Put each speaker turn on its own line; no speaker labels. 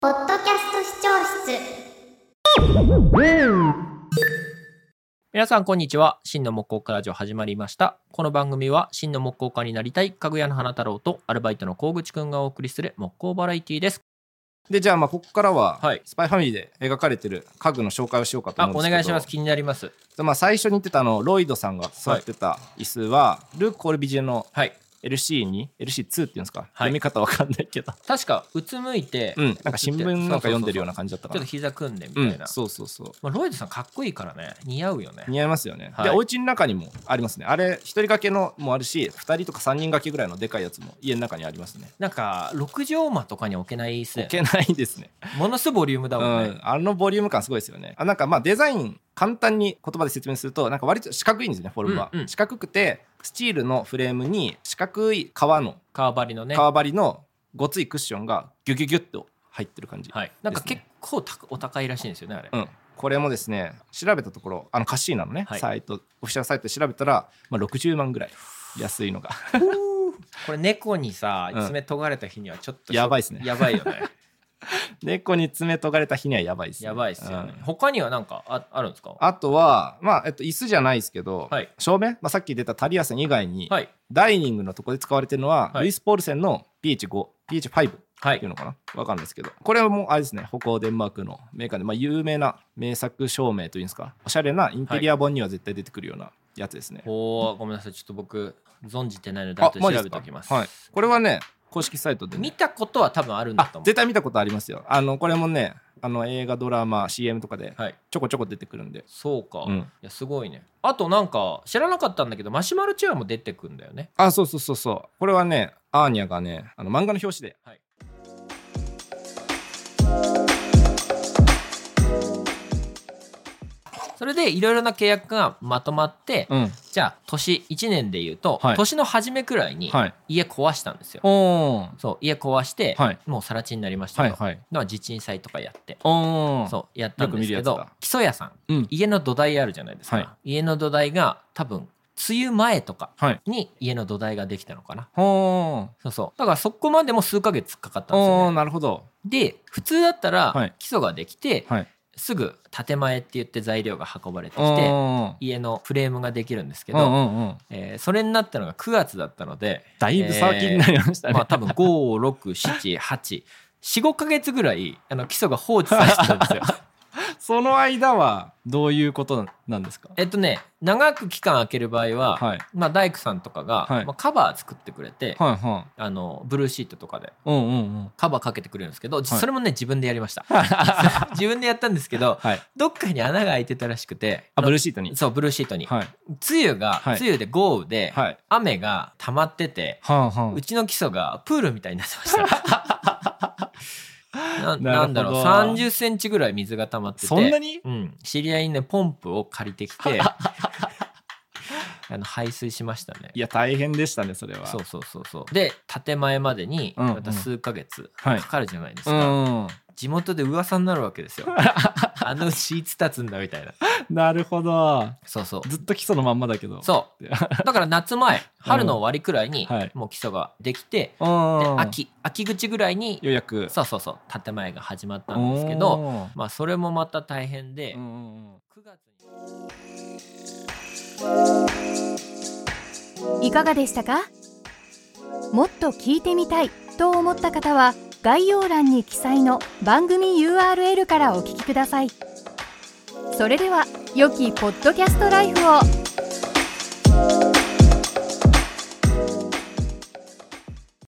キャスト視聴室
皆さん、こんにちは。真の木工家ラジオ始まりました。この番組は、真の木工家になりたい、かぐやの花太郎と、アルバイトの小口くんがお送りする木工バラエティです。
でじゃあまあここからは、
はい
スパイファミリーで描かれてる家具の紹介をしようかと
あ、
思うん
お
ですけど
願いします。気になります。
でまあ、最初に言ってたあのロイドさんが座ってた椅子は、ルーク・コルビジェの
はい。
LC2LC2 っていうんですか、
はい
読み方わかんないけど
確か、 うつむいて、
うんなんか新聞なんか読んでるような
感
感じだった
じ
か
ちょっ
な
と膝組んでみたいな。
うんそうそうそう
まあ、ロイドさん、かっこいいからね。似合うよね。
似合いますよね、
はい
でお家の中にもありますねあれ一人掛けのもあるし二人とか三人掛けぐらいのでかいやつも家の中にありますね
なんか、六畳間とかに置けない椅子だ
置
よね
けないですね
ものすごいボリュームだもんね。
うん、あのボリューム感すごいですよねあなんかまあデザイン簡単に言葉で説明するとなんか割と四角いんですよねフォルムは、
うんうん
四角くてスチールのフレームに四角い革の
革張りのね。
革張りのごついクッションがギュギュギュッと入ってる感じ、
はい。なんか
です
結
ね
構たお高いらしいんですよね、あれ。
うん、これもですね調べたところあのカッシーナのね、
はい
サイトオフィシャルサイトで調べたら、まあ、60万ぐらい安 いのが
これ猫にさ
うん
爪研がれた日にはちょっと
やばいっすね
やばいよね
猫に爪とがれた日にはやばいですね
やばいっすよね、
うん
他には何かああるんですか
あとは、まあえっと、椅子じゃないですけど、
はい
照明、まあ、さっき出たタリアさん以外に、
はい
ダイニングのとこで使われてるのは、
はい
ルイス・ポールセンの PH5、PH5 っ
は
ていう
い
のかなわかんないですけど、これはもうあれですね、北欧デンマークのメーカーで、まあ、有名な名作照明というんですか、おしゃれなインテリア本には絶対出てくるようなやつですね。
おーごめんなさいちょっと僕存じてないので
あ
後で
マジ
調
で
べておきます
すかはい。これはね、公式サイトで、
見
ね、
たことは多分あるんだ
あ
と思う
絶対見たことありますよ。あのこれもね、あの映画、ドラマ、CM とかで
はい
ちょこちょこ出てくるんで。
そうか、
うん
いやすごいねあとなんか知らなかったんだけどマシュマロチェアも出てくんだよね
あ、そうそうそうそう。これはね、アーニャがね、あの漫画の表紙で
はいそれでいろいろな契約がまとまって、
うん。
じゃあ年1年でいうと、
はい
年の初めくらいに
はい。
家壊したんですよ、
おー。
そう家壊して、
はい
もう更地になりました
は
と
いはい。
のは地鎮祭とかやって、
おー。
そうやったんですけ
よく見る
ど
やつだ
基礎屋さん
う。うん。
家の土台あるじゃないですか、
はい
家の土台が多分梅雨前とか
はい。
に家の土台ができたのかな
ほ
そうそうだからそこまでも数ヶ月かかっ
ー。
たんですよね
なるほど。
で普通だった
は
ら
い
基礎ができて、
はい。
すぐ建前って言って材料が運ばれてき
お
て
ー
家のフレームができるんですけ
うんう
ど、
んうん。
えーそれになったのが9月だったので
だいぶ騒ぎになりましたね。
まあ多分567845ヶ月ぐらいあの基礎が放置されてたん ですよ
その間はどういうことなんですか
えっとね長く期間空ける場合は、
はい。
まあ、大工さんとかが、
はい
まあ、カバー作ってくれて、
はいは
あのブルーシートとかで
い。うんうんうん。
カバーかけてくれるんですけど、
はい
それもね自分でやりま した 自分でやったんですけど
はい。
どっかに穴が開いてたらしくて
あ、ブル
ー
ーシートに。
そうブルーシートに、
はい。
梅雨が、
はい
梅雨で豪雨で、
はい。
雨が溜まってて、
はあは
うちの基礎がプールみたいになって ました。な
なるほど
なんだろう30センチぐらい水が溜まってて
そんなに
うん、知り合いにねポンプを借りてき てあの排水しましたね
いや、大変でしたね、それは。
そうそうそうそうで建前までに
うんうん
また数ヶ月
はい
かかるじゃないです
う
か、
ん。
地元で噂になるわけです よあのうちいつ立つんだみたいな
なるほど。
そうそう
ずっと基礎のまんまだけど。
そうだから夏前春の終わりくらいに
はい
もう基礎ができて、
う
で
ん。。
秋秋口ぐらいに
ようやく。
そうそうそう建前が始まったんですけどまあそれもまた大変で、
おー。うんうんうん
9月に
いかがでしたかもっと聞いてみたいと思った方は概要欄に記載の番組 URL からお聞きくださいそれでは良きポッドキャストライフを